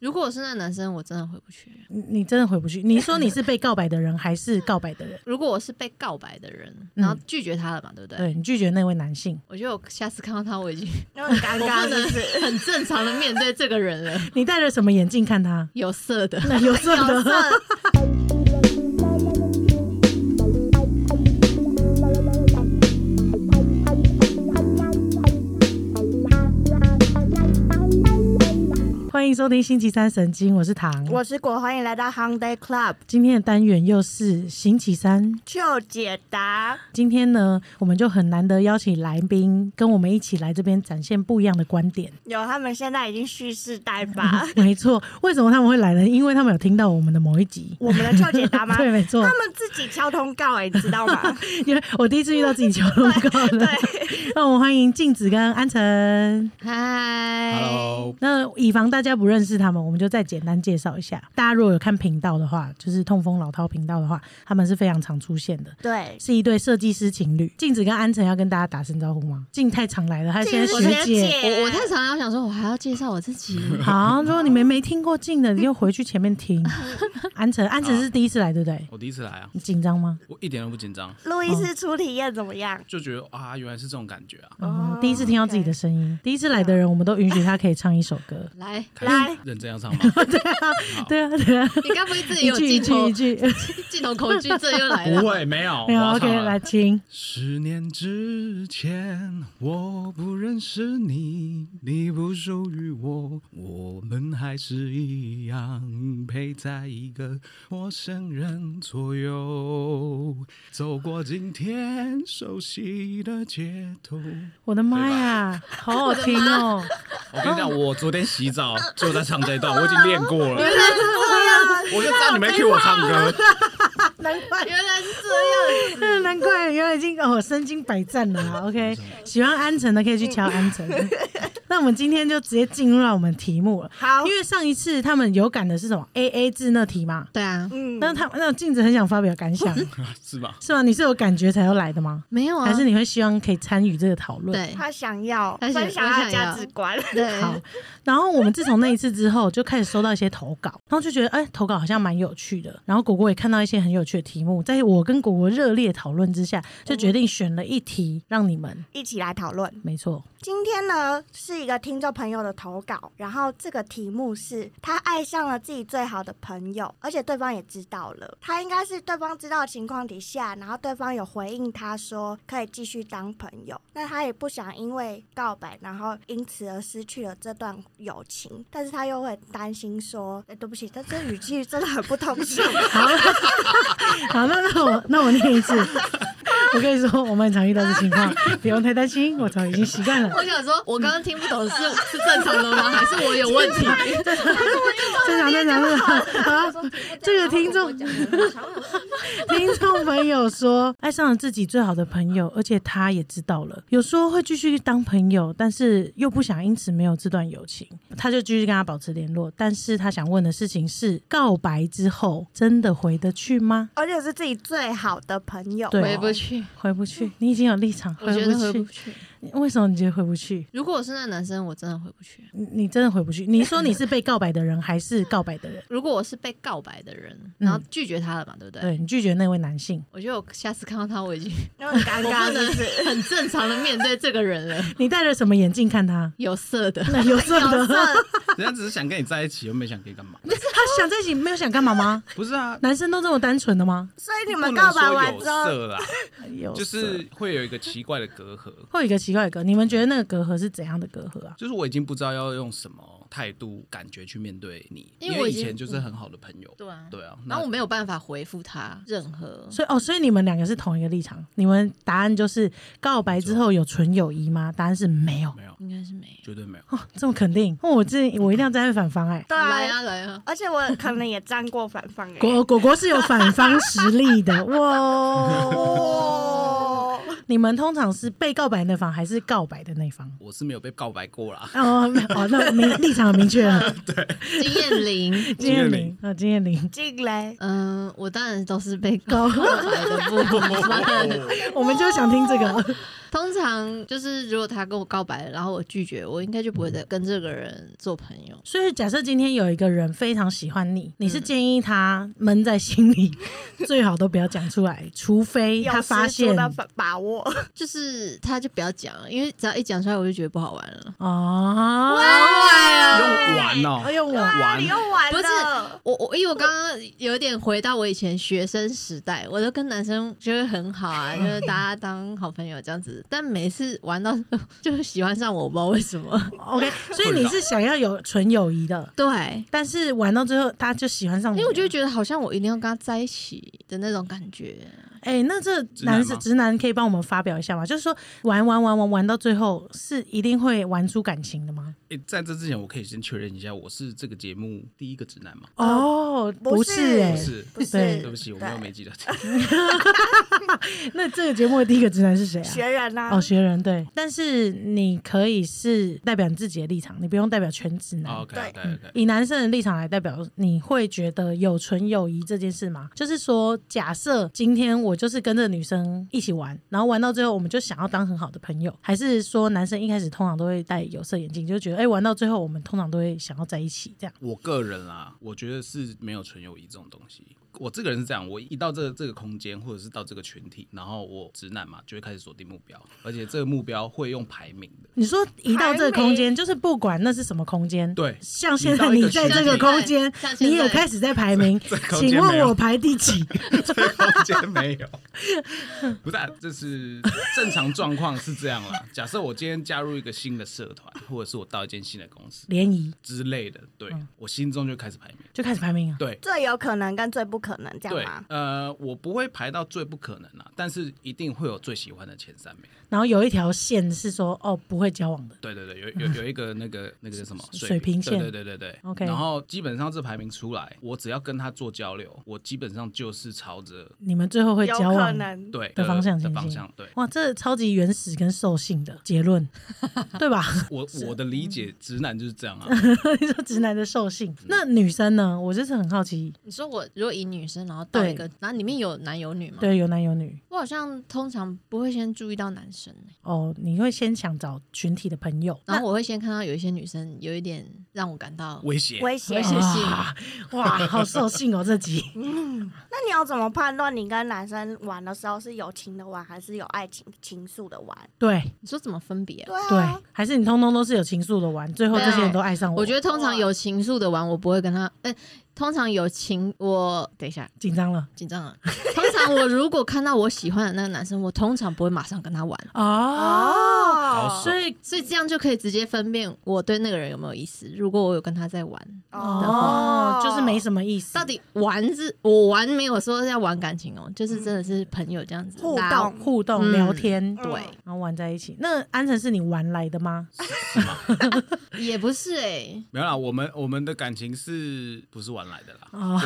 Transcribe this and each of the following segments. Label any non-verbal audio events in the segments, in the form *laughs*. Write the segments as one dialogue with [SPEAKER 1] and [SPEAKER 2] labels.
[SPEAKER 1] 如果我是那男生，我真的回不去。
[SPEAKER 2] 你你真的回不去。你说你是被告白的人，还是告白的人？
[SPEAKER 1] 如果我是被告白的人，然后拒绝他了嘛，对不对？
[SPEAKER 2] 嗯对你拒绝那位男性，
[SPEAKER 1] 我觉得我下次看到他，我已经
[SPEAKER 3] 因为很尴尬，
[SPEAKER 1] 不
[SPEAKER 3] 是
[SPEAKER 1] 能
[SPEAKER 3] 不是？
[SPEAKER 1] 很正常的面对这个人了。
[SPEAKER 2] 你戴着什么眼镜看他？
[SPEAKER 1] 有色的，
[SPEAKER 2] 那有
[SPEAKER 1] *laughs*
[SPEAKER 2] 色
[SPEAKER 3] 有
[SPEAKER 2] 的，
[SPEAKER 3] 色，
[SPEAKER 2] 欢迎收听星期三神经，我是唐。
[SPEAKER 3] 我是果，欢迎来到 Hyundai Club，
[SPEAKER 2] 今天的单元又是星期三，
[SPEAKER 3] 就解答。
[SPEAKER 2] 今天呢，我们就很难得邀请来宾跟我们一起来这边展现不一样的观点。
[SPEAKER 3] 有，他们现在已经蓄势待发。
[SPEAKER 2] *laughs* 没错，为什么他们会来呢？因为他们有听到我们的某一集。
[SPEAKER 3] 我们的就解答吗？
[SPEAKER 2] 对，没错
[SPEAKER 3] 他，们自己敲通告、哎，你知道
[SPEAKER 2] *laughs*
[SPEAKER 3] 吗？
[SPEAKER 2] 因为我第一次遇到自己求
[SPEAKER 3] *laughs*
[SPEAKER 2] 通告了。那我们欢迎静子跟安晨。
[SPEAKER 1] 嗨
[SPEAKER 4] Hello，
[SPEAKER 2] 那以防大家不认识他们，我们就再简单介绍一下。大家如果有看频道的话，就是痛风老饕频道的话，他们是非常常出现的，
[SPEAKER 3] 对，
[SPEAKER 2] 是一对设计师情侣。静子跟安晨要跟大家打声招呼吗？静太常来了，她现在
[SPEAKER 3] 静是
[SPEAKER 2] 学
[SPEAKER 3] 学
[SPEAKER 2] 姐。
[SPEAKER 3] 姐
[SPEAKER 1] 我我太常常想说，我还要介绍我自己。。
[SPEAKER 2] 好，如果你们没听过静的，你就回去前面听。安晨，安晨是第一次来，对不对？
[SPEAKER 4] 我第一次来啊，
[SPEAKER 2] 你紧张吗？
[SPEAKER 4] 我一点都不紧张，
[SPEAKER 3] 路易斯初体验怎么样？
[SPEAKER 4] 就觉得啊，原来是这种感觉啊。
[SPEAKER 2] 哦
[SPEAKER 3] 哦，
[SPEAKER 2] 第一
[SPEAKER 3] *laughs*
[SPEAKER 2] 次听到自己的声音，第一次来的人，我们都允许他可以唱一首歌
[SPEAKER 1] 来，
[SPEAKER 3] 来
[SPEAKER 4] 开始认真要唱吗？
[SPEAKER 2] 对啊，对啊，
[SPEAKER 1] 你该不会自己
[SPEAKER 2] 一
[SPEAKER 1] 有
[SPEAKER 2] 句一
[SPEAKER 1] 镜
[SPEAKER 2] 句
[SPEAKER 1] 头
[SPEAKER 2] 一句，
[SPEAKER 1] 镜头恐惧症又来了？
[SPEAKER 4] 不会，没有，
[SPEAKER 2] 没有
[SPEAKER 4] 我要唱
[SPEAKER 2] OK，
[SPEAKER 4] 了
[SPEAKER 2] 来。听。
[SPEAKER 4] 十年之前，我不认识你，你不属于我，我们还是一样陪在一个陌生人左右，走过今天熟悉的街头。
[SPEAKER 2] 我的妈呀，好好听哦！
[SPEAKER 4] 我跟你讲，我昨天洗澡就在唱这一段，我已经练过了。
[SPEAKER 3] 啊
[SPEAKER 4] 我就知道你们 Q 我唱 *laughs* 歌，
[SPEAKER 2] 难怪，
[SPEAKER 1] 原来是
[SPEAKER 2] *laughs*
[SPEAKER 1] 这样。
[SPEAKER 2] 难怪，原来已经哦，身经百战了
[SPEAKER 3] *laughs*
[SPEAKER 2] 啊。OK，喜欢安城的可以去敲安城。那我们今天就直接进入到我们题目了，
[SPEAKER 3] 好
[SPEAKER 2] 因，为上一次他们有感的是什么？A A 制那题嘛。
[SPEAKER 1] 对啊，
[SPEAKER 3] 嗯，
[SPEAKER 2] 那他那镜子很想发表感想，
[SPEAKER 4] 是吧？
[SPEAKER 2] 是吗？你是有感觉才要来的吗？
[SPEAKER 1] 没
[SPEAKER 3] 哦
[SPEAKER 1] 有啊，
[SPEAKER 2] 还是你会希望可以参与这个讨论？
[SPEAKER 1] 对
[SPEAKER 3] 他想要
[SPEAKER 1] 他想
[SPEAKER 3] 分享他的价值观， *laughs*
[SPEAKER 1] 对，
[SPEAKER 2] 好，然后我们自从那一次之后，就开始收到一些投稿，然后就觉得，哎、投稿好像蛮有趣的。然后果果也看到一些很有趣的题目，在我跟果果热烈讨论之下，就决定选了一题让你们。
[SPEAKER 3] 一起来讨论。
[SPEAKER 2] 没错，
[SPEAKER 3] 今天呢是一个听众朋友的投稿，然后这个题目是他爱上了自己最好的朋友，而且对方也知道了，他应该是对方知道的情况底下，然后对方有回应他说可以继续当朋友，那他也不想因为告白，然后因此而失去了这段友情，但是他又会担心说，哎、对不起，但这语气真的很不 *laughs* 通顺。
[SPEAKER 2] *laughs* 好，那那我那我念一次。我跟你说，我们很常遇到这情况，不用太担心，我早已经习惯了。
[SPEAKER 1] 我想说，我刚刚听不懂是是正常的吗？还是我有问题？
[SPEAKER 2] 正常正常正常。好，这个听众听众朋友说，爱上了自己最好的朋友，而且他也知道了，有时候会继续当朋友，但是又不想因此没有这段友情，他就继续跟他保持联络。但是他想问的事情是，告白之后真的回得去吗？
[SPEAKER 3] 而且是自己最好的朋友，
[SPEAKER 2] 对
[SPEAKER 1] 回不去，
[SPEAKER 2] 回不去，你已经有立场，
[SPEAKER 1] 我觉得回
[SPEAKER 2] 回
[SPEAKER 1] 不
[SPEAKER 2] 不去。
[SPEAKER 1] 去。
[SPEAKER 2] 为什么你觉得回不去？
[SPEAKER 1] 如果我是那男生，我真的回不去。
[SPEAKER 2] 你你真的回不去？你说你是被告白的人，还是告白的人？
[SPEAKER 1] 如果我是被告白的人，然后拒绝他了嘛，对不嗯对？
[SPEAKER 2] 对你拒绝那位男性，
[SPEAKER 1] 我觉得我下次看到他，我已
[SPEAKER 3] *laughs*
[SPEAKER 1] 经
[SPEAKER 3] 因为很尴
[SPEAKER 1] 我
[SPEAKER 3] 尬，
[SPEAKER 1] 不
[SPEAKER 3] 是不
[SPEAKER 1] 能
[SPEAKER 3] 是？
[SPEAKER 1] 很正常的面对这个人了。
[SPEAKER 2] 你戴着什么眼镜看他？
[SPEAKER 1] *laughs* 有色的，
[SPEAKER 2] 那有色的，
[SPEAKER 4] 人家只是想跟你在一起，又没想跟你干嘛？
[SPEAKER 2] 他想在一起没有想干嘛吗？
[SPEAKER 4] 不是啊，
[SPEAKER 2] 男生都这么单纯的吗？
[SPEAKER 3] 所以你
[SPEAKER 4] 不
[SPEAKER 3] 们
[SPEAKER 4] 能
[SPEAKER 3] 啊告白
[SPEAKER 4] 说
[SPEAKER 3] 完
[SPEAKER 4] 有
[SPEAKER 3] 之后，
[SPEAKER 4] *laughs* 色啦，
[SPEAKER 2] 有
[SPEAKER 4] 就是会有一个奇怪的隔阂，
[SPEAKER 2] 会有一个奇怪的隔，你们觉得那个隔阂是怎样的隔阂啊？
[SPEAKER 4] 就是我已经不知道要用什么态度、感觉去面对你，
[SPEAKER 1] 因
[SPEAKER 4] 因
[SPEAKER 1] 为
[SPEAKER 4] 为
[SPEAKER 1] 我已
[SPEAKER 4] 以
[SPEAKER 1] 经
[SPEAKER 4] 前就是很好的朋友，
[SPEAKER 1] 对啊
[SPEAKER 4] 对啊，
[SPEAKER 1] 然
[SPEAKER 4] 那
[SPEAKER 1] 后我没有办法回复他任何。
[SPEAKER 2] 所以哦，所以你们两个是同一个立场，你们答案就是告白之后有纯友谊吗？答案是没有，
[SPEAKER 4] 没有，
[SPEAKER 1] 应该是没有。
[SPEAKER 4] 绝对没有。
[SPEAKER 2] 这么肯定。哦、我这我一定要站在反方哎、
[SPEAKER 3] 对
[SPEAKER 1] 来
[SPEAKER 3] 啊，
[SPEAKER 1] 啊来啊！
[SPEAKER 3] 而且我可能也沾过反方
[SPEAKER 2] *laughs*
[SPEAKER 3] 哎、 *laughs*
[SPEAKER 2] 果果果是有反方实力的哇！
[SPEAKER 3] 哦，
[SPEAKER 2] 你们通常是被告白那方还是告白的那方？
[SPEAKER 4] 我是没有被告白过啦。
[SPEAKER 2] 哦哦，那明立场很明确 *laughs* 啊，
[SPEAKER 1] 经验 *laughs* 零。
[SPEAKER 2] 金燕玲啊，金燕玲，
[SPEAKER 3] 进来，
[SPEAKER 1] 嗯、我当然都是被告白的部 *laughs* 分。
[SPEAKER 2] *laughs* 我们就想听这个。
[SPEAKER 1] 通常就是如果他跟我告白了，然后我拒绝，我应该就不会再跟这个人做朋友。
[SPEAKER 2] *laughs* 所以，假设今天有一个人非常喜欢你，你是建议他闷在心里，最好都不要讲出来，除非
[SPEAKER 3] 有
[SPEAKER 2] 他发
[SPEAKER 3] 十
[SPEAKER 2] 现
[SPEAKER 3] 足的把握，
[SPEAKER 1] 就是他就不要讲，因为只要一讲出来，我就觉得不好玩了。
[SPEAKER 2] 哦，哎
[SPEAKER 4] 用玩哦，
[SPEAKER 2] 呦 *laughs* 我。
[SPEAKER 4] 玩
[SPEAKER 3] 你又玩
[SPEAKER 1] 不是
[SPEAKER 3] 了，
[SPEAKER 1] 我我因为我刚刚有点回到我以前学生时代，我都跟男生就是很好 *laughs* 啊，就是大家当好朋友这样子。但每次玩到 *laughs* 就喜欢上我，我不知道为什么。 *laughs*
[SPEAKER 2] OK，所以你是想要有纯友谊的，
[SPEAKER 1] 对，
[SPEAKER 2] 但是玩到最后他就喜欢上你
[SPEAKER 1] 因
[SPEAKER 2] 了，
[SPEAKER 1] 为我就会觉得好像我一定要跟他在一起的那种感觉。
[SPEAKER 2] 哎、那这
[SPEAKER 4] 男
[SPEAKER 2] 男
[SPEAKER 4] 吗
[SPEAKER 2] 是直男，可以帮我们发表一下吗？就是说玩玩玩玩玩到最后是一定会玩出感情的吗？
[SPEAKER 4] 诶在这之前，我可以先确认一下，我是这个节目第一个直男吗？
[SPEAKER 2] 哦，不
[SPEAKER 3] 不
[SPEAKER 2] 是
[SPEAKER 3] 是
[SPEAKER 2] 哎、
[SPEAKER 4] 不是，
[SPEAKER 3] 不是，
[SPEAKER 2] 对
[SPEAKER 4] 对不起，我没有没记得。
[SPEAKER 2] 那这个节目的第一个直男是谁啊？
[SPEAKER 3] 学人呐、
[SPEAKER 2] 哦，学人对，但是你可以是代表你自己的立场，你不用代表全直男。
[SPEAKER 4] 哦 OK
[SPEAKER 3] 哦对
[SPEAKER 4] OK OK，
[SPEAKER 2] 以男生的立场来代表，你会觉得有纯友谊这件事吗？就是说，假设今天我就是跟这女生一起玩，然后玩到最后，我们就想要当很好的朋友，还是说男生一开始通常都会戴有色眼镜，就觉得哎、玩到最后我们通常都会想要在一起这样？
[SPEAKER 4] 我个人啦，我觉得是没有纯友谊这种东西。我这个人是这样，我一到这个这个空间，或者是到这个群体，然后我直男嘛，就会开始锁定目标，而且这个目标会用排名的。
[SPEAKER 2] 你说移到这个空
[SPEAKER 3] 排
[SPEAKER 2] 间，就是不管那是什么空间，
[SPEAKER 4] 对
[SPEAKER 2] 像现在你在这个空间
[SPEAKER 1] 像，现在
[SPEAKER 2] 你也开始在排
[SPEAKER 4] *laughs*
[SPEAKER 2] 名
[SPEAKER 4] 在在，空间
[SPEAKER 2] 请
[SPEAKER 4] 没
[SPEAKER 2] 问
[SPEAKER 4] 有
[SPEAKER 2] 我排第几？ *laughs*
[SPEAKER 4] 这个空间没有，不是、啊，这是正常状况是这样啦。假设我今天加入一个新的社团，或者是我到一间新的公司
[SPEAKER 2] 联谊
[SPEAKER 4] 之类的，对、
[SPEAKER 3] 嗯
[SPEAKER 4] 我心中就开始排名。
[SPEAKER 2] 就开始排名啊？
[SPEAKER 4] 对，
[SPEAKER 3] 最有可能跟最不可能这样
[SPEAKER 4] 对
[SPEAKER 3] 吗？，
[SPEAKER 4] 呃，我不会排到最不可能啦，但是一定会有最喜欢的前三名。
[SPEAKER 2] 然后有一条线是说哦不会交往的，
[SPEAKER 4] 对对对，有有有一个那个那个叫什么
[SPEAKER 2] 水
[SPEAKER 4] 水
[SPEAKER 2] 平线
[SPEAKER 4] 对对对对对。
[SPEAKER 2] OK
[SPEAKER 4] 然后基本上这排名出来，我只要跟他做交流，我基本上就是朝着
[SPEAKER 2] 你们最后会
[SPEAKER 3] 有
[SPEAKER 2] 交
[SPEAKER 3] 可
[SPEAKER 2] 往。
[SPEAKER 3] 能，
[SPEAKER 4] 对
[SPEAKER 2] 的
[SPEAKER 4] 呃
[SPEAKER 2] 方向
[SPEAKER 4] 的
[SPEAKER 2] 前
[SPEAKER 4] 方
[SPEAKER 2] 进
[SPEAKER 4] 向。对，
[SPEAKER 2] 哇，这超级原始跟兽性的结论，
[SPEAKER 1] *laughs*
[SPEAKER 2] 对吧？ *laughs*
[SPEAKER 4] 我我的理
[SPEAKER 2] 嗯
[SPEAKER 4] 解，直男就是这样啊。
[SPEAKER 2] 你说直男的兽性，那女生呢？我就是很好奇，
[SPEAKER 1] 你说我如果以女生，然后到一个，然后里面有男有女嘛？
[SPEAKER 2] 对，有男有女
[SPEAKER 1] 我好像通常不会先注意到男生、欸
[SPEAKER 2] 哦，你会先想找群体的朋友，
[SPEAKER 1] 然后我会先看到有一些女生有一点让我啊感到
[SPEAKER 4] 威胁
[SPEAKER 3] 危险
[SPEAKER 1] 危。
[SPEAKER 3] *laughs*
[SPEAKER 1] 险性。
[SPEAKER 2] 那哇，好兽性哦，这
[SPEAKER 1] *laughs*
[SPEAKER 2] 集
[SPEAKER 3] 嗯那你要怎么判断你跟男生玩的时候是友情的玩，还是有爱情情愫的玩？
[SPEAKER 2] 对
[SPEAKER 1] 你说怎么分别啊、
[SPEAKER 3] 对啊，
[SPEAKER 2] 对，还是你通通都是有情愫的玩，最后这些人都爱上我，
[SPEAKER 1] 我觉得通常有情愫的玩，我不会跟他。哎、通常有情，我等一下
[SPEAKER 2] 紧张了
[SPEAKER 1] 紧张了。啊通常我如果看到我喜欢的那个男生，我通常不会马上跟他玩，
[SPEAKER 2] 哦，
[SPEAKER 4] 好
[SPEAKER 3] 哦
[SPEAKER 2] 所以
[SPEAKER 1] 所以这样就可以直接分辨我对那个人有没有意思。如果我有跟他在玩，
[SPEAKER 2] 哦，就是没什么意思，
[SPEAKER 1] 到底玩是我玩没有说要玩感情哦、就是真的是朋友这样子
[SPEAKER 3] 互
[SPEAKER 1] 大家
[SPEAKER 3] 动
[SPEAKER 2] 互动
[SPEAKER 1] 嗯
[SPEAKER 2] 聊天，
[SPEAKER 3] 嗯
[SPEAKER 1] 对，
[SPEAKER 2] 然后玩在一起。那安城是你玩来的吗？
[SPEAKER 1] 也不是哎、
[SPEAKER 4] *laughs* 没有啦，我们我们的感情是不是玩来的啦？
[SPEAKER 2] 哦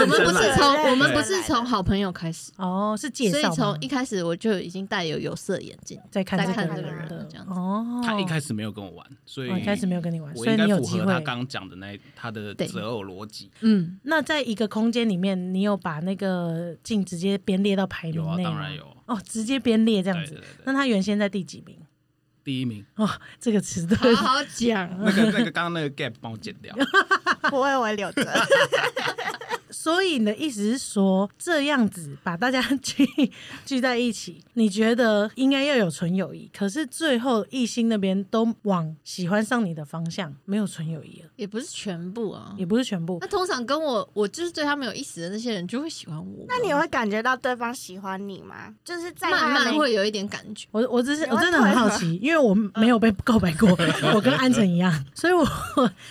[SPEAKER 1] 我们不是从
[SPEAKER 3] 对
[SPEAKER 1] 我们不
[SPEAKER 3] 对
[SPEAKER 1] 是
[SPEAKER 3] 对
[SPEAKER 1] 从好朋友开始，
[SPEAKER 2] *laughs* 哦，是介
[SPEAKER 1] 所以
[SPEAKER 2] 绍吗，
[SPEAKER 1] 从一开始我就已经戴有有色眼镜。
[SPEAKER 2] 在看
[SPEAKER 1] 在
[SPEAKER 2] 这
[SPEAKER 1] 看
[SPEAKER 2] 个
[SPEAKER 3] 这个
[SPEAKER 2] 人
[SPEAKER 3] 人
[SPEAKER 2] 的
[SPEAKER 1] 这样子
[SPEAKER 2] 哦，
[SPEAKER 4] 他一开始没有跟我玩，所以
[SPEAKER 2] 哦一开始没有跟你玩，
[SPEAKER 4] 我
[SPEAKER 2] 所以
[SPEAKER 4] 应该
[SPEAKER 2] 你有
[SPEAKER 4] 符
[SPEAKER 2] 机
[SPEAKER 4] 合他
[SPEAKER 2] 会。
[SPEAKER 4] 刚讲的那他的
[SPEAKER 1] 对
[SPEAKER 4] 择偶逻辑。
[SPEAKER 1] 嗯，
[SPEAKER 2] 那在一个空间里面，你有把那个镜直接编列到排名
[SPEAKER 4] 有啊
[SPEAKER 2] 内吗
[SPEAKER 4] 当然有
[SPEAKER 2] 哦，直接编列这样
[SPEAKER 4] 对
[SPEAKER 2] 子
[SPEAKER 4] 对对对。
[SPEAKER 2] 那他原先在第几名？
[SPEAKER 4] 第一名，
[SPEAKER 2] 哦，这个词对，
[SPEAKER 1] 好好讲。
[SPEAKER 4] 那个那个刚刚那个 gap 帮我剪
[SPEAKER 2] *laughs*
[SPEAKER 4] 掉。
[SPEAKER 3] 不会，我会留着。
[SPEAKER 2] 所以你的意思是说，这样子把大家聚聚在一起，你觉得应该要有纯友谊，可是最后异性那边都往喜欢上你的方向，没有纯友谊了，
[SPEAKER 1] 也不是全部啊。
[SPEAKER 2] 也不是全部
[SPEAKER 1] 那。通常跟我，我就是对他们有意思的那些人就会喜欢我。
[SPEAKER 3] 那你会感觉到对方喜欢你吗？就是在
[SPEAKER 1] 慢
[SPEAKER 3] 他
[SPEAKER 1] 慢
[SPEAKER 3] 没
[SPEAKER 1] 会有一点感觉，
[SPEAKER 2] 我我只是
[SPEAKER 3] 你
[SPEAKER 2] 我
[SPEAKER 3] 会
[SPEAKER 2] 真的很好奇，因为我没有被告白过，我跟安晨一样，所以我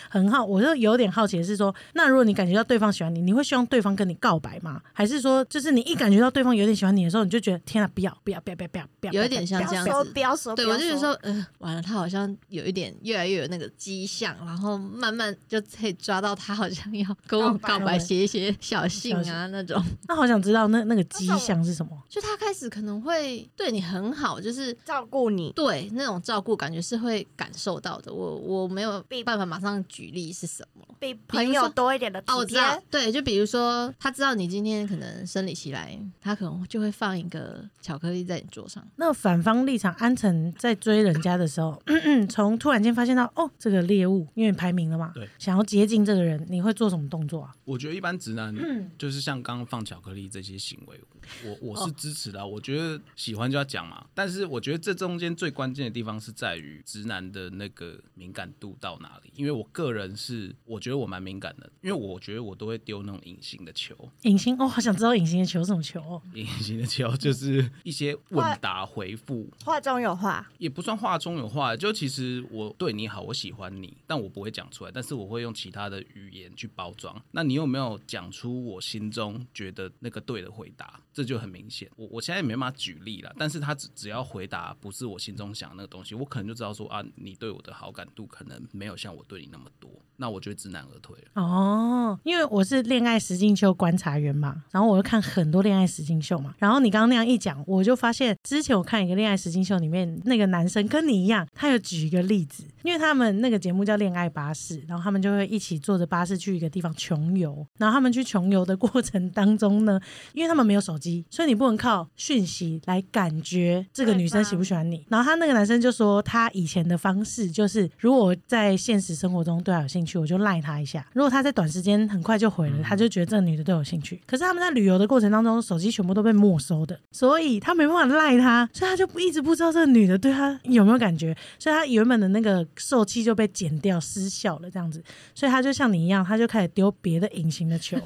[SPEAKER 2] 很好，我就有点好奇的是说，那如果你感觉到对方喜欢你，你会希望对方跟你告白吗？还是说，就是你一感觉到对方有点喜欢你的时候，你就觉得天啊，不要不要不要不要不要不要，
[SPEAKER 1] 有一点像
[SPEAKER 3] 不
[SPEAKER 1] 这
[SPEAKER 3] 要
[SPEAKER 1] 样
[SPEAKER 3] 说，
[SPEAKER 1] 子
[SPEAKER 3] 不要说，
[SPEAKER 1] 对
[SPEAKER 3] 不
[SPEAKER 1] 我
[SPEAKER 3] 要
[SPEAKER 1] 就是说，呃，完了，他好像有一点越来越有那个迹象，然后慢慢就可以抓到他好像要跟我
[SPEAKER 3] 告白
[SPEAKER 1] 告白，写一些小信啊那种。
[SPEAKER 2] *laughs* 那好想知道那那个迹象是什么？
[SPEAKER 1] 就他开始可能会对你很好，就是
[SPEAKER 3] 照顾你，
[SPEAKER 1] 对那种照顾，感觉是会感受到的。我我没有办法马上举例是什么。
[SPEAKER 3] 比朋友多一点的体
[SPEAKER 1] 哦，我知
[SPEAKER 3] 贴。
[SPEAKER 1] 道，对，就比如说，他知道你今天可能生理期来，他可能就会放一个巧克力在你桌上。
[SPEAKER 2] 那反方立场，安城在追人家的时候， *clears throat* 从突然间发现到哦，这个猎物因为排名了嘛，
[SPEAKER 4] 对，
[SPEAKER 2] 想要接近这个人，你会做什么动作啊？
[SPEAKER 4] 我觉得一般直男就是像刚刚放巧克力这些行为，我我是支持的啊、我觉得喜欢就要讲嘛，但是我觉得这中间最关键的地方是在于直男的那个敏感度到哪里。因为我个人是，我觉得我蛮敏感的，因为我觉得我都会丢那种隐形的球，
[SPEAKER 2] 隐形哦，好想知道隐形的球是什么球哦。
[SPEAKER 4] 隐形的球就是一些问答回复，
[SPEAKER 3] 话中有话，
[SPEAKER 4] 也不算话中有话，就其实我对你好，我喜欢你，但我不会讲出来，但是我会用其他的语言去包装。那你有没有讲出我心中觉得那个对的回答？这就很明显。我我现在也没办法举例了，但是他只只要回答不是我心中想的那个东西，我可能就知道说啊，你对我的好感度可能没有像我对你那么多，那我就会知难而退了。
[SPEAKER 2] 哦，因为我是恋爱实境秀观察员嘛，然后我就看很多恋爱实境秀嘛。然后你刚刚那样一讲，我就发现之前我看一个恋爱实境秀里面，那个男生跟你一样，他有举一个例子，因为他们那个节目叫《恋爱巴士》，然后他们就会一起坐着巴士去一个地方穷游。然后他们去穷游的过程当中呢，因为他们没有手机，所以你不能靠讯息来感觉这个女生喜不喜欢你。然后他那个男生就说，他以前的方式就是，如果我在现实生活中对他有兴趣，我就赖他一下；如果他在短时间很快就回了，他就觉得这个女的对我有兴趣。可是他们在旅游的过程当中，手机全部都被没收的，所以他没办法赖他，所以他就一直不知道这个女的对他有没有感觉，所以他原本的那个受气就被减掉失效了，这样子。所以他就像你一样，他就开始丢别的隐形的球。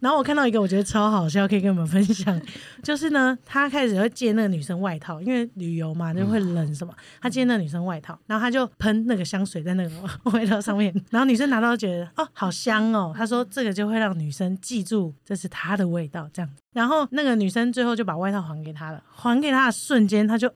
[SPEAKER 2] 然后我看到一个我觉得超好笑，可以跟你们分享， *laughs* 就是呢，他开始会借那个女生外套，因为旅游嘛就会冷什么，他借那个女生外套，然后他就喷那个香水在那个外套上面， *laughs* 然后女生拿到觉得哦好香哦，他说这个就会让女生记住这是他的味道这样。然后那个女生最后就把外套还给他了，还给他的瞬间，他就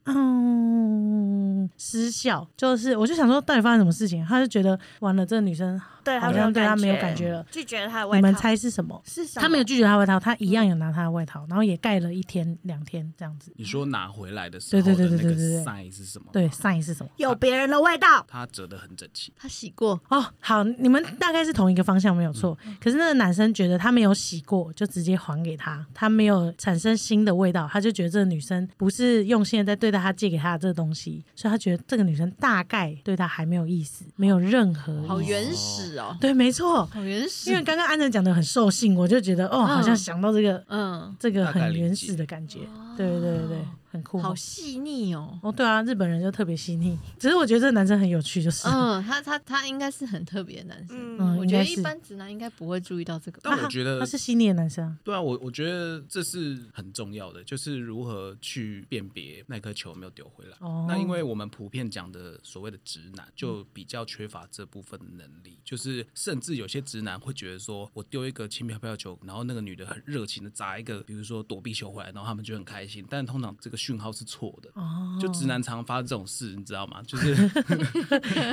[SPEAKER 2] 嗯失效，就是我就想说到底发生什么事情，他就觉得完了，这个女生
[SPEAKER 3] 对，
[SPEAKER 2] 好像对他没有感觉了，
[SPEAKER 3] 拒绝了他的外
[SPEAKER 2] 你
[SPEAKER 3] 套。
[SPEAKER 2] 们猜是什么？
[SPEAKER 3] 是什么？
[SPEAKER 2] 他没有拒绝他的外套，他一样有拿他的外套，
[SPEAKER 1] 嗯
[SPEAKER 2] 然后也盖了一天两天这样子。
[SPEAKER 1] 哦
[SPEAKER 4] 你说拿回来的时候
[SPEAKER 2] 对
[SPEAKER 4] 的
[SPEAKER 2] 对对
[SPEAKER 4] 那
[SPEAKER 2] 对
[SPEAKER 4] 个
[SPEAKER 2] 对对对
[SPEAKER 4] sign 是什么？
[SPEAKER 2] 对，sign 是什么？
[SPEAKER 3] 有别人的味道，
[SPEAKER 4] 他折得很整齐。
[SPEAKER 1] 他洗过，
[SPEAKER 2] 哦，好，你们大概是同一个方向没有错。
[SPEAKER 1] 嗯
[SPEAKER 2] 可是那个男生觉得他没有洗过，就直接还给他，他没有产生新的味道，他就觉得这个女生不是用心的在对待他借给他的这个东西，所以他觉得这个女生大概对他还没有意思，没有任何意思
[SPEAKER 1] 好原始哦，
[SPEAKER 2] 对，没错。
[SPEAKER 1] 好原
[SPEAKER 2] 因为
[SPEAKER 1] 始。
[SPEAKER 2] 刚刚安仁讲的很兽性，我就觉得哦，好像想到这个、
[SPEAKER 1] 嗯，
[SPEAKER 2] 这个
[SPEAKER 4] 大概
[SPEAKER 2] 很
[SPEAKER 4] 理
[SPEAKER 2] 原
[SPEAKER 4] 解
[SPEAKER 2] 始的感觉。对对对对，很酷。
[SPEAKER 1] 哦好细腻哦。
[SPEAKER 2] 哦，对啊，日本人就特别细腻。只是我觉得这个男生很有趣， *laughs* 就是、
[SPEAKER 1] 嗯，他他他应该是很特别的男生，
[SPEAKER 3] 嗯，
[SPEAKER 2] 嗯哦
[SPEAKER 1] 我觉得
[SPEAKER 2] 应该
[SPEAKER 1] 一
[SPEAKER 2] 是
[SPEAKER 1] 般直男应该不会注意到这个吧。
[SPEAKER 4] 但我觉得
[SPEAKER 2] 他是细腻的男生啊。
[SPEAKER 4] 对啊，我我觉得这是很重要的，就是如何去辨别那颗球有没有丢回来。
[SPEAKER 2] 哦
[SPEAKER 4] 那因为我们普遍讲的所谓的直男，就比较缺乏这部分的能力，就是甚至有些直男会觉得说，我丢一个轻飘飘的球，然后那个女的很热情的砸一个，比如说躲避球回来，然后他们就很开心。但通常这个讯号是错的，
[SPEAKER 2] 哦，
[SPEAKER 4] 就直男常发生这种事，你知道吗？就是
[SPEAKER 2] *laughs*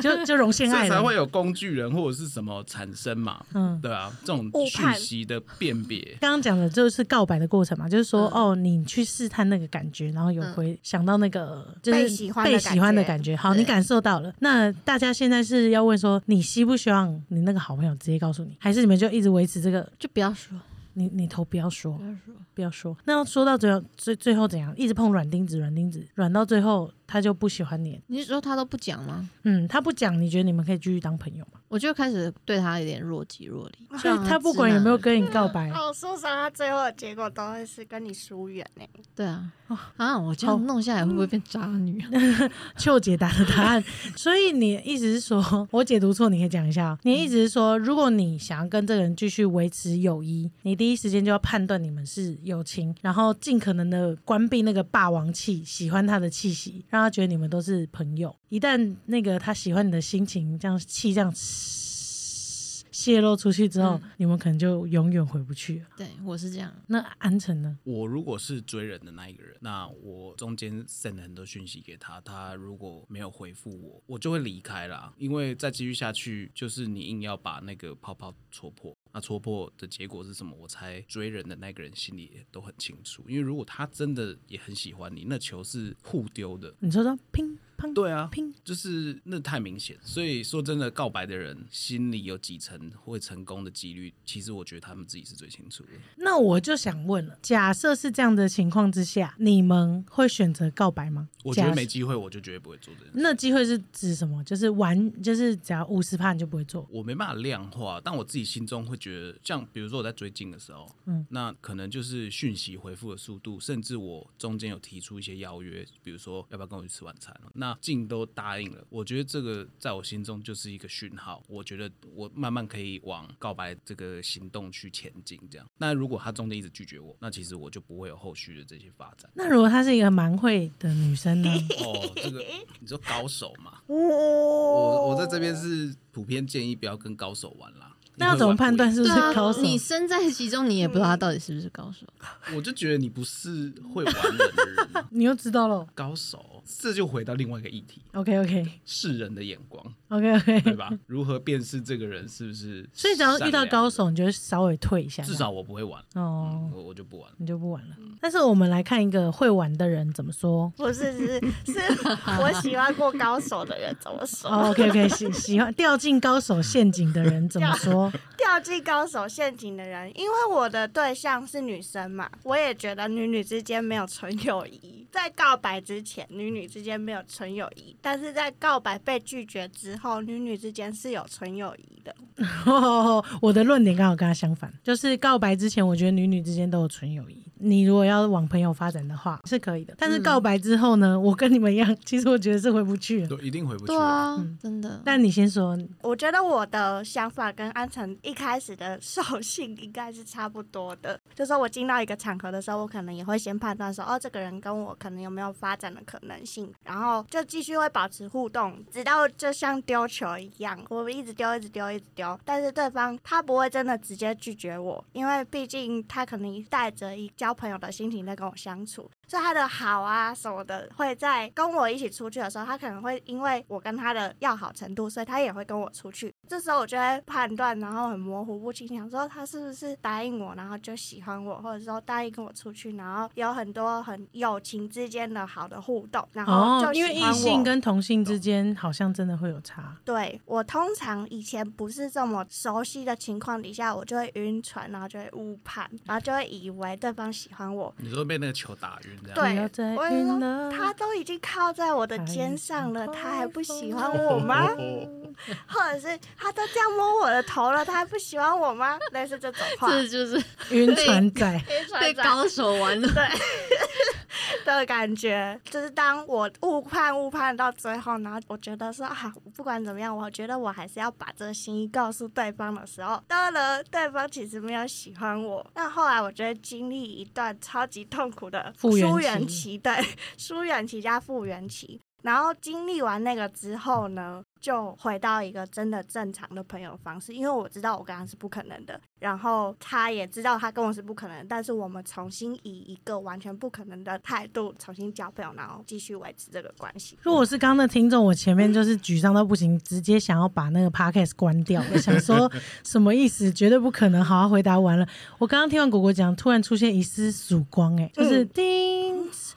[SPEAKER 2] 就就容现
[SPEAKER 4] 所
[SPEAKER 2] 爱
[SPEAKER 4] 以才会
[SPEAKER 2] 了。
[SPEAKER 4] 有工具人或者是什么产生嘛，
[SPEAKER 2] 嗯
[SPEAKER 4] 对啊，这种
[SPEAKER 3] 误
[SPEAKER 4] 讯
[SPEAKER 3] 判
[SPEAKER 4] 息的辨别。
[SPEAKER 2] 刚刚讲的就是告白的过程嘛，就是说、哦，你去试探那个感觉，然后有回、想到那个就是
[SPEAKER 3] 被喜欢的
[SPEAKER 2] 被
[SPEAKER 3] 感觉
[SPEAKER 2] 喜欢的感觉，好，
[SPEAKER 1] 对
[SPEAKER 2] 你感受到了。那大家现在是要问说，你希不希望你那个好朋友直接告诉你，还是你们就一直维持这个？
[SPEAKER 1] 就不要说，
[SPEAKER 2] 你你头不要说
[SPEAKER 1] 不，要说，
[SPEAKER 2] 不要说。那要说到最后最最后怎样？一直碰软钉子，软钉子，软到最后他就不喜欢你了。
[SPEAKER 1] 你是说他都不讲吗？
[SPEAKER 2] 嗯，他不讲，你觉得你们可以继续当朋友吗？
[SPEAKER 1] 我就开始对他有点若即若离。
[SPEAKER 2] 所以啊他不管有没有跟你告白，
[SPEAKER 3] 好受伤，他最后的结果都会是跟你疏远呢。
[SPEAKER 1] 对啊，
[SPEAKER 2] 哦
[SPEAKER 1] 啊，我这样弄下来会不
[SPEAKER 2] 嗯
[SPEAKER 1] 会变渣女
[SPEAKER 2] *laughs*
[SPEAKER 1] 啊？
[SPEAKER 2] 就解答的答案。 *laughs* 所以你意思是说，我解读错，你可以讲一下哦。你意思是说，如果你想要跟这个人继续维持友谊，你第一时间就要判断你们是友情，然后尽可能的关闭那个霸王气，喜欢他的气息，让他觉得你们都是朋友。一旦那个他喜欢你的心情，这样气这样。嘶泄露出去之后，你们可能就永远回不去了。
[SPEAKER 1] 对我是这
[SPEAKER 2] *laughs*
[SPEAKER 1] 样，
[SPEAKER 2] 那安晨呢？
[SPEAKER 4] 我如果是追人的那一个人，那我中间 send 了很多讯息给他，他如果没有回复我，我就会离开啦。因为再继续下去，就是你硬要把那个泡泡戳破。那戳破的结果是什么？我猜追人的那个人心里也都很清楚。因为如果他真的也很喜欢你，那球是互丢的，
[SPEAKER 2] 你说说乒乓，
[SPEAKER 4] 对啊
[SPEAKER 2] 乒，
[SPEAKER 4] 就是那太明显。所以说真的，告白的人心里有几成会成功的几率，其实我觉得他们自己是最清楚的。
[SPEAKER 2] 那我就想问了，假设是这样的情况之下，你们会选择告白吗？
[SPEAKER 4] 我觉
[SPEAKER 2] 假
[SPEAKER 4] 得
[SPEAKER 2] 设
[SPEAKER 4] 没机会，我就绝对不会做这件事。
[SPEAKER 2] 那机会是指什么？就是完，就是只要五十趴你就不会做。
[SPEAKER 4] 我没办法量化，但我自己心中会觉得，像比如说我在追进的时候，
[SPEAKER 2] 嗯。
[SPEAKER 4] 嗯，那可能就是讯息回复的速度，甚至我中间有提出一些邀约，比如说要不要跟我去吃晚餐，那进都答应了，我觉得这个在我心中就是一个讯号，我觉得我慢慢可以往告白这个行动去前进，这样。那如果他中间一直拒绝我，那其实我就不会有后续的这些发展
[SPEAKER 2] 那如果她是一个蛮会的女生
[SPEAKER 4] *laughs*
[SPEAKER 2] 呢？
[SPEAKER 4] 哦，这个你说高手
[SPEAKER 2] *laughs*
[SPEAKER 4] 嘛，
[SPEAKER 3] 哦我
[SPEAKER 4] 我我在这边是普遍建议不要跟高手玩啦。
[SPEAKER 2] 那要怎么判断是
[SPEAKER 4] 是？
[SPEAKER 2] 不
[SPEAKER 1] 对
[SPEAKER 2] 是
[SPEAKER 1] 啊
[SPEAKER 2] 高，手？嗯
[SPEAKER 1] 你身在其中，你也不知道他到底是不是高手。
[SPEAKER 4] 我就觉得你不是会玩人的人，啊
[SPEAKER 2] 你又知道了。
[SPEAKER 4] *laughs* 高手。这就回到另外一个议题，
[SPEAKER 2] OK OK
[SPEAKER 4] 世人的眼光，
[SPEAKER 2] OK
[SPEAKER 4] 对
[SPEAKER 2] OK。
[SPEAKER 4] 吧？如何辨识这个人是不是？
[SPEAKER 2] 所以只要遇到高，手，你就稍微退一下。
[SPEAKER 4] 至少我不会玩，
[SPEAKER 2] 哦
[SPEAKER 4] 嗯，，我我就不玩。
[SPEAKER 2] 你就不玩了。但是我们来看一个会玩的人怎么说。
[SPEAKER 3] 不是是是 *laughs* 我喜欢过高手的人怎么说？
[SPEAKER 2] 哦、o k OK，喜喜欢掉进高手陷阱的人怎么说？
[SPEAKER 3] 掉进高手陷阱的人，因为我的对象是女生嘛，我也觉得女女之间没有纯友谊。在告白之前，女女之间没有纯友谊，但是在告白被拒绝之后，女女之间是有纯友谊的。
[SPEAKER 2] *laughs* 我的论点刚好跟他相反，就是告白之前，我觉得女女之间都有纯友谊。你如果要往朋友发展的话，是可以的。但是告白之后呢，我跟你们一样，其实我觉得是回不去了。
[SPEAKER 4] 都一定回不去
[SPEAKER 1] 对
[SPEAKER 4] 了。
[SPEAKER 1] 啊
[SPEAKER 2] 嗯，
[SPEAKER 1] 真的。
[SPEAKER 2] 但你先说，
[SPEAKER 3] 我觉得我的想法跟安晨一开始的 *laughs* 兽性应该是差不多的，就说我进到一个场合的时候，我可能也会先判断说，哦，这个人跟我可能有没有发展的可能性，然后就继续会保持互动，直到就像丢球一样，我们一直丢，一直丢，一直丢，但是对方他不会真的直接拒绝我，因为毕竟他可能带着一交朋友的心情在跟我相处，所以他的好啊什么的，会在跟我一起出去的时候，他可能会因为我跟他的要好程度，所以他也会跟我出去。这时候我就会判断，然后很模糊不清，想说他是不是答应我，然后就喜欢我，或者说答应跟我出去，然后有很多很友情之间的好的互动，然后
[SPEAKER 2] 哦
[SPEAKER 3] 就，喜
[SPEAKER 2] 因为
[SPEAKER 3] 欢我。
[SPEAKER 2] 异性跟同性之间好像真的会有差。
[SPEAKER 3] 对我通常以前不是这么熟悉的情况底下，我就会晕船，然后就会误判，然后就会以为对方喜欢我，
[SPEAKER 4] 你说被那个球打晕这样，
[SPEAKER 2] 不要
[SPEAKER 3] 对，
[SPEAKER 2] 再
[SPEAKER 3] 我
[SPEAKER 2] 晕
[SPEAKER 3] 就
[SPEAKER 2] 了
[SPEAKER 3] 说他都已经靠在我的肩上了，他还不喜欢我吗？
[SPEAKER 4] 哦
[SPEAKER 3] 或者是他都这样摸我的头了，他还不喜欢我吗？类似这种话，
[SPEAKER 1] 这就是
[SPEAKER 2] 晕船仔，
[SPEAKER 1] 被高手玩
[SPEAKER 2] *laughs*
[SPEAKER 1] 的，
[SPEAKER 3] 的感觉，就是当我误判误判到最后，然后我觉得说啊，不管怎么样，我觉得我还是要把这个心意告诉对方的时候，当然对方其实没有喜欢我。那后来我觉得经历一段超级痛苦的
[SPEAKER 2] 复原期
[SPEAKER 3] 疏远期，对，疏远期加复原期。然后经历完那个之后呢，就回到一个真的正常的朋友方式，因为我知道我跟他是不可能的，然后他也知道他跟我是不可能的，但是我们重新以一个完全不可能的态度重新交朋友，然后继续维持这个关系。
[SPEAKER 2] 如果我是刚刚的听众，我前面就是沮丧到不行，直接想要把那个 podcast 关掉 *laughs* 了，想说什么意思？绝对不可能！好好回答完了。我刚刚听完果果讲，突然出现一丝曙光、哎，就是叮。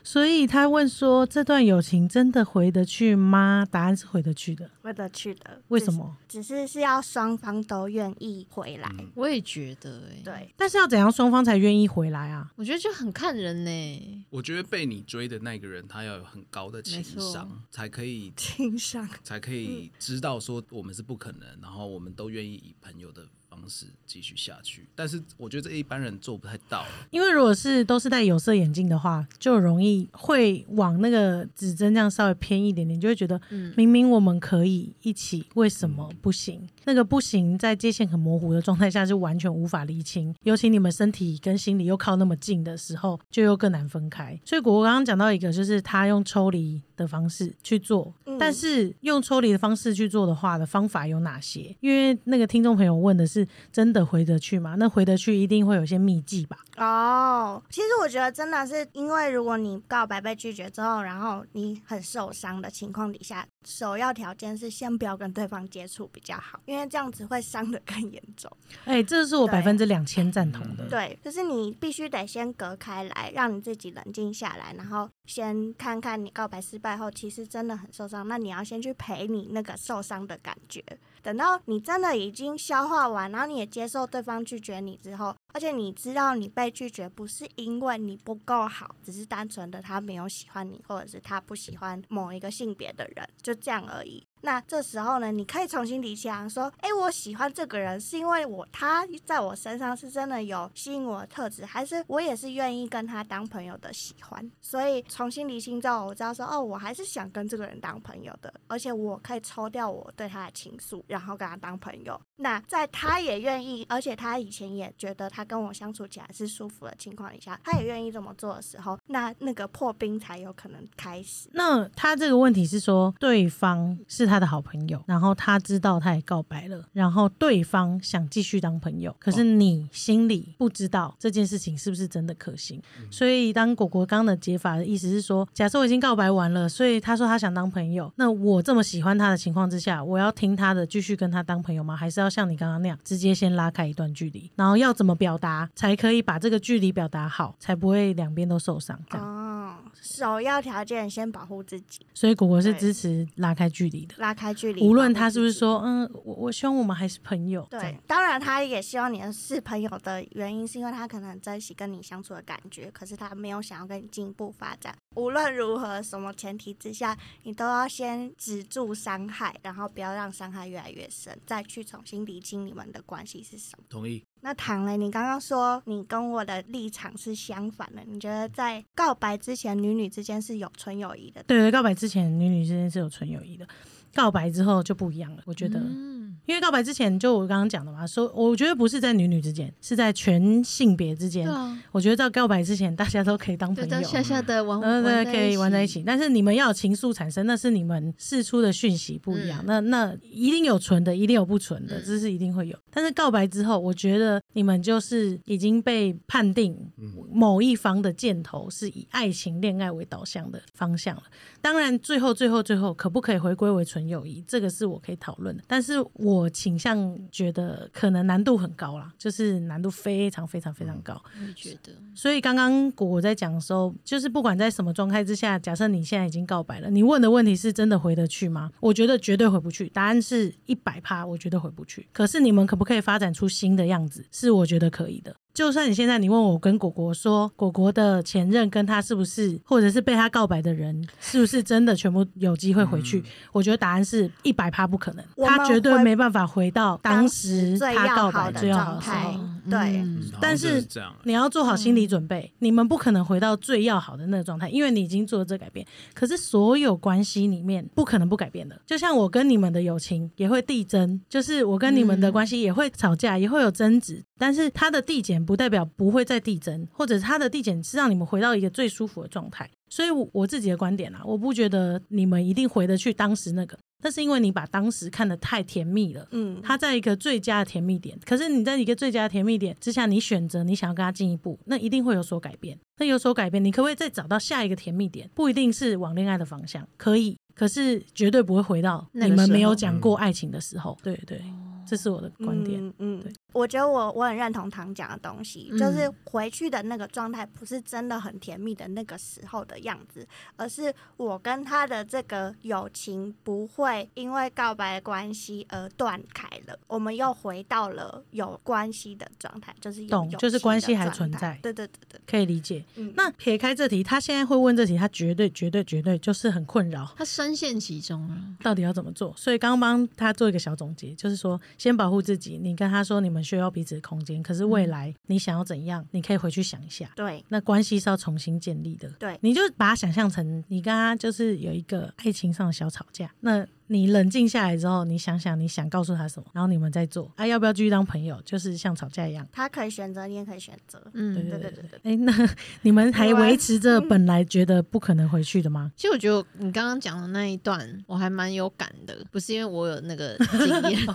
[SPEAKER 2] 所以他问说，这段友情真的回得去吗？答案是回得去的。
[SPEAKER 3] 回得去的，
[SPEAKER 2] 为什？么？
[SPEAKER 3] 只是是要双方都愿意回来。
[SPEAKER 1] 我也觉得哎、
[SPEAKER 3] 对， *laughs*
[SPEAKER 2] 但是要怎样双方才愿意回来啊？
[SPEAKER 1] 我觉得就很看人呢、
[SPEAKER 4] 我觉得被你追的那个人，他要有很高的情
[SPEAKER 1] 没错
[SPEAKER 4] 商，才可以
[SPEAKER 3] 情商
[SPEAKER 4] 才可
[SPEAKER 2] 嗯
[SPEAKER 4] 以知道说我们是不可能，然后我们都愿意以朋友的方式继续下去。但是我觉得这一般人做不太到，
[SPEAKER 2] 因为如果是都是戴有色眼镜的话，就容易会往那个指针这样稍微偏一点点，就会觉得
[SPEAKER 1] 嗯，
[SPEAKER 2] 明明我们可以一起，为什么不行？那个不行，在界限很模糊的状态下是完全无法厘清，尤其你们身体跟心理又靠那么近的时候，就又更难分开。所以果果刚刚讲到一个，就是他用抽离的方式去做，
[SPEAKER 3] 嗯
[SPEAKER 2] 但是用抽离的方式去做的话的方法有哪些？因为那个听众朋友问的是真的回得去吗？那回得去一定会有一些秘技吧？
[SPEAKER 3] 哦，其实我觉得真的是因为，如果你告白被拒绝之后，然后你很受伤的情况底下，首要条件是先不要跟对方接触比较好，因为这样子会伤得更严重。
[SPEAKER 2] 哎、这是我
[SPEAKER 3] 对
[SPEAKER 2] 百分之两千赞同的。
[SPEAKER 3] 对，就是你必须得先隔开来，让你自己冷静下来，然后先看看你告白失败后，其实真的很受伤。那你要先去陪你那个受伤的感觉，等到你真的已经消化完，然后你也接受对方拒绝你之后，而且你知道你被拒绝不是因为你不够好，只是单纯的他没有喜欢你，或者是他不喜欢某一个性别的人，就这样而已。那这时候呢，你可以重新理想说，哎，我喜欢这个人是因为我他在我身上是真的有吸引我的特质，还是我也是愿意跟他当朋友的喜欢？所以重新理清之后，我知道说，哦，我还是想跟这个人当朋友的，而且我可以抽掉我对他的情愫，然后跟他当朋友。那在他也愿意，而且他以前也觉得他跟我相处起来是舒服的情况底下，他也愿意这么做的时候，那那个破冰才有可能开始。
[SPEAKER 2] 那他这个问题是说，对方是他的好朋友，然后他知道他也告白了，然后对方想继续当朋友，可是你心里不知道这件事情是不是真的可行。所以，当果果刚的解法的意思是说，假设我已经告白完了，所以他说他想当朋友，那我这么喜欢他的情况之下，我要听他的继续跟他当朋友吗？还是要像你刚刚那样，直接先拉开一段距离，然后要怎么表达才可以把这个距离表达好，才不会两边都受伤？这样，
[SPEAKER 3] 哦，首要条件先保护自己，
[SPEAKER 2] 所以果果是
[SPEAKER 3] 对
[SPEAKER 2] 支持拉开距离的。
[SPEAKER 3] 拉开距离。
[SPEAKER 2] 无论
[SPEAKER 3] 保护
[SPEAKER 2] 他是不
[SPEAKER 3] 自
[SPEAKER 2] 是
[SPEAKER 3] 己，
[SPEAKER 2] 说，嗯，我我希望我们还是朋友，这样
[SPEAKER 3] 对，当然他也希望你是朋友的原因，是因为他可能很珍惜跟你相处的感觉，可是他没有想要跟你进一步发展。无论如何，什么前提之下，你都要先止住伤害，然后不要让伤害越来越深，再去重新理清你们的关系是什么。
[SPEAKER 4] 同意。
[SPEAKER 3] 那唐嘞，你刚刚说你跟我的立场是相反的，你觉得在告白之前，女女之间是有纯友谊的，
[SPEAKER 2] 对对，告白之前女女之间是有纯友谊的，告白之后就不一样了，我觉得。
[SPEAKER 1] 嗯
[SPEAKER 2] 因为告白之前，就我刚刚讲的嘛，说我觉得不是在女女之间，是在全性别之
[SPEAKER 1] 对
[SPEAKER 2] 间。
[SPEAKER 1] 啊，
[SPEAKER 2] 我觉得在告白之前，大家都可以当
[SPEAKER 1] 对，
[SPEAKER 2] 嗯朋
[SPEAKER 1] 当
[SPEAKER 2] 友，
[SPEAKER 1] 下下的哦玩，
[SPEAKER 2] 嗯，对，可以玩在一
[SPEAKER 1] 起。
[SPEAKER 2] 起。但是你们要有情愫产生，那是你们释出的讯息不一样。
[SPEAKER 1] 嗯
[SPEAKER 2] 那那一定有纯的，一定有不纯的，
[SPEAKER 1] 嗯
[SPEAKER 2] 这是一定会有。但是告白之后，我觉得你们就是已经被判定
[SPEAKER 4] 嗯
[SPEAKER 2] 某一方的箭头是以爱情、恋爱为导向的方向了。当然，最后、最后、最后，可不可以回归为纯友谊，这个是我可以讨论的。但是我倾向觉得可能难度很高啦，就是难度非常、非常、非常高。
[SPEAKER 1] 我也觉得，
[SPEAKER 2] 所以刚刚果果在讲的时候，就是不管在什么状态之下，假设你现在已经告白了，你问的问题是真的回得去吗？我觉得绝对回不去，答案是一百趴，我觉得回不去。可是你们可不可以发展出新的样子？是我觉得可以的。就算你现在你问我跟果果说，果果的前任跟他是不是，或者是被他告白的人，是不是真的全部有机会回去？我觉得答案是一百趴不可能，
[SPEAKER 3] 我们
[SPEAKER 2] 他绝对
[SPEAKER 3] 回
[SPEAKER 2] 没办法回到当时
[SPEAKER 3] 最
[SPEAKER 2] 他
[SPEAKER 3] 要
[SPEAKER 2] 告
[SPEAKER 3] 好
[SPEAKER 2] 白
[SPEAKER 3] 的
[SPEAKER 2] 最好
[SPEAKER 3] 状
[SPEAKER 2] 的时
[SPEAKER 3] 态
[SPEAKER 2] 候。
[SPEAKER 1] 哦？
[SPEAKER 3] 对
[SPEAKER 1] 嗯
[SPEAKER 4] 好像
[SPEAKER 2] 但
[SPEAKER 4] 真
[SPEAKER 2] 是
[SPEAKER 4] 的是这样欸，
[SPEAKER 2] 你要做好心理准备，你们不可能回到最要好的那个状态，因为你已经做了这改变。可是所有关系里面不可能不改变的，就像我跟你们的友情也会递增，就是我跟你们的关系也会吵架，也会有争执。但是它的递减不代表不会再递增，或者是它的递减是让你们回到一个最舒服的状态。所以我，我自己的观点啦，啊我不觉得你们一定回得去当时那个，那是因为你把当时看得太甜蜜了。
[SPEAKER 3] 嗯，
[SPEAKER 2] 他在一个最佳的甜蜜点，可是你在一个最佳的甜蜜点之下，你选择你想要跟他进一步，那一定会有所改变。那有所改变，你可不可以再找到下一个甜蜜点？不一定是往恋爱的方向，可以，可是绝对不会回到
[SPEAKER 1] 那个
[SPEAKER 2] 你们
[SPEAKER 1] 时候哦
[SPEAKER 2] 没有讲过爱情的时候。对对，这是我的观点。
[SPEAKER 3] 嗯嗯
[SPEAKER 2] 对
[SPEAKER 3] 我觉得我我很认同唐讲的东西，
[SPEAKER 1] 嗯
[SPEAKER 3] 就是回去的那个状态不是真的很甜蜜的那个时候的样子，而是我跟他的这个友情不会因为告白的关系而断开了，我们又回到了有关系的状态，就是有
[SPEAKER 2] 懂
[SPEAKER 3] 友
[SPEAKER 2] 就是
[SPEAKER 3] 情的
[SPEAKER 2] 关系还
[SPEAKER 3] 状
[SPEAKER 2] 存
[SPEAKER 3] 态
[SPEAKER 2] 在
[SPEAKER 3] 对对对对，
[SPEAKER 2] 可以理解。
[SPEAKER 3] 嗯
[SPEAKER 2] 那撇开这题，他现在会问这题，他绝对、绝对、绝对就是很困扰。
[SPEAKER 1] 他深陷其中啊，
[SPEAKER 2] 到底要怎么做？所以刚刚帮他做一个小总结，就是说，先保护自己。你跟他说你们需要彼此的空间，可是未来你想要怎样，你可以回去想一下。
[SPEAKER 3] 对
[SPEAKER 2] 那关系是要重新建立的，
[SPEAKER 3] 对
[SPEAKER 2] 你就把它想象成你跟他就是有一个爱情上的小吵架，那你冷静下来之后，你想想你想告诉他什么，然后你们再做。啊，要不要继续当朋友？就是像吵架一样。
[SPEAKER 3] 他可以选择，你也可以选择。
[SPEAKER 2] 对
[SPEAKER 1] 嗯，
[SPEAKER 2] 对
[SPEAKER 3] 对
[SPEAKER 2] 对
[SPEAKER 3] 对
[SPEAKER 2] 对
[SPEAKER 3] 对对。
[SPEAKER 2] 哎、那 *laughs* 你们还
[SPEAKER 3] 有啊
[SPEAKER 2] 维持着本来觉得不可能回去的吗？
[SPEAKER 1] 其实我觉得你刚刚讲的那一段，我还蛮有感的，不是因为我有那
[SPEAKER 2] *laughs*
[SPEAKER 1] 个经验，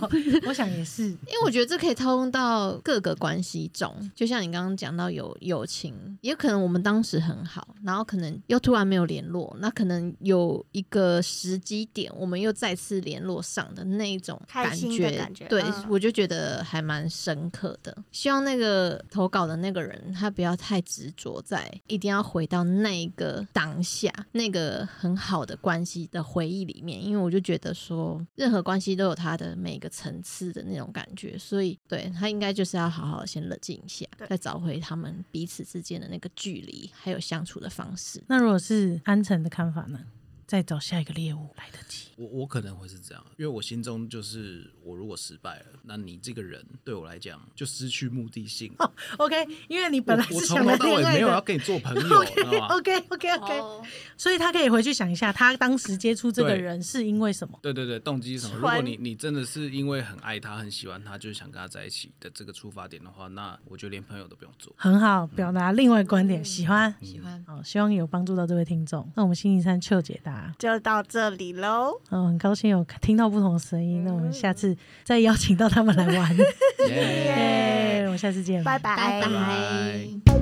[SPEAKER 2] 我想也是。
[SPEAKER 1] 因为我觉得这可以套用到各个关系中，就像你刚刚讲到有友情，也可能我们当时很好，然后可能又突然没有联络，那可能有一个时机点，我们又再次联络上的那一种
[SPEAKER 3] 开
[SPEAKER 1] 感
[SPEAKER 3] 心的
[SPEAKER 1] 觉，
[SPEAKER 3] 感觉
[SPEAKER 1] 对、
[SPEAKER 3] 嗯
[SPEAKER 1] 我就觉得还蛮深刻的。希望那个投稿的那个人，他不要太执着在一定要回到那一个当下，那个很好的关系的回忆里面，因为我就觉得说，任何关系都有它的每一个层次的那种感觉，所以对他应该就是要好好地先冷静一下，
[SPEAKER 3] 对
[SPEAKER 1] 再找回他们彼此之间的那个距离，还有相处的方式。
[SPEAKER 2] 那如果是安城的看法呢？再找下一个猎物来得及。
[SPEAKER 4] 我我可能会是这样，因为我心中就是，我如果失败了，那你这个人对我来讲就失去目的性。
[SPEAKER 2] OK，因为你
[SPEAKER 4] 我
[SPEAKER 2] 哦本来
[SPEAKER 4] 我
[SPEAKER 2] 是
[SPEAKER 4] 从
[SPEAKER 2] 想
[SPEAKER 4] 头
[SPEAKER 2] 来
[SPEAKER 4] 到尾
[SPEAKER 2] 恋爱
[SPEAKER 4] 没有要
[SPEAKER 2] 的。
[SPEAKER 4] 跟你做
[SPEAKER 2] *laughs*
[SPEAKER 4] 朋友，知道吗？
[SPEAKER 2] OK OK OK，所
[SPEAKER 3] 哦
[SPEAKER 2] 以他可以回去想一下，他当时接触这个
[SPEAKER 4] 对
[SPEAKER 2] 人是因为什么？
[SPEAKER 4] 对对对，动机是什么？如
[SPEAKER 3] 纯
[SPEAKER 4] 果你你真的是因为很爱他、很喜欢他，就是想跟他在一起的这个出发点的话，那我觉得连朋友都不用
[SPEAKER 2] *laughs*
[SPEAKER 4] 做。
[SPEAKER 2] 很好，表达另外观
[SPEAKER 3] 嗯
[SPEAKER 2] 点，喜欢。
[SPEAKER 4] 嗯
[SPEAKER 1] 喜欢，
[SPEAKER 2] 好，希望有帮助到这位听众。那我们星期三秋解答，
[SPEAKER 3] 就到这里喽，
[SPEAKER 2] 嗯，很高兴有听到不同的声音。那
[SPEAKER 3] 嗯
[SPEAKER 2] 我们下次再
[SPEAKER 3] *laughs*
[SPEAKER 2] 邀请到他们来玩。
[SPEAKER 4] 耶
[SPEAKER 2] 耶，我们下次见，
[SPEAKER 3] 拜拜，
[SPEAKER 1] 拜
[SPEAKER 4] 拜拜
[SPEAKER 1] 拜。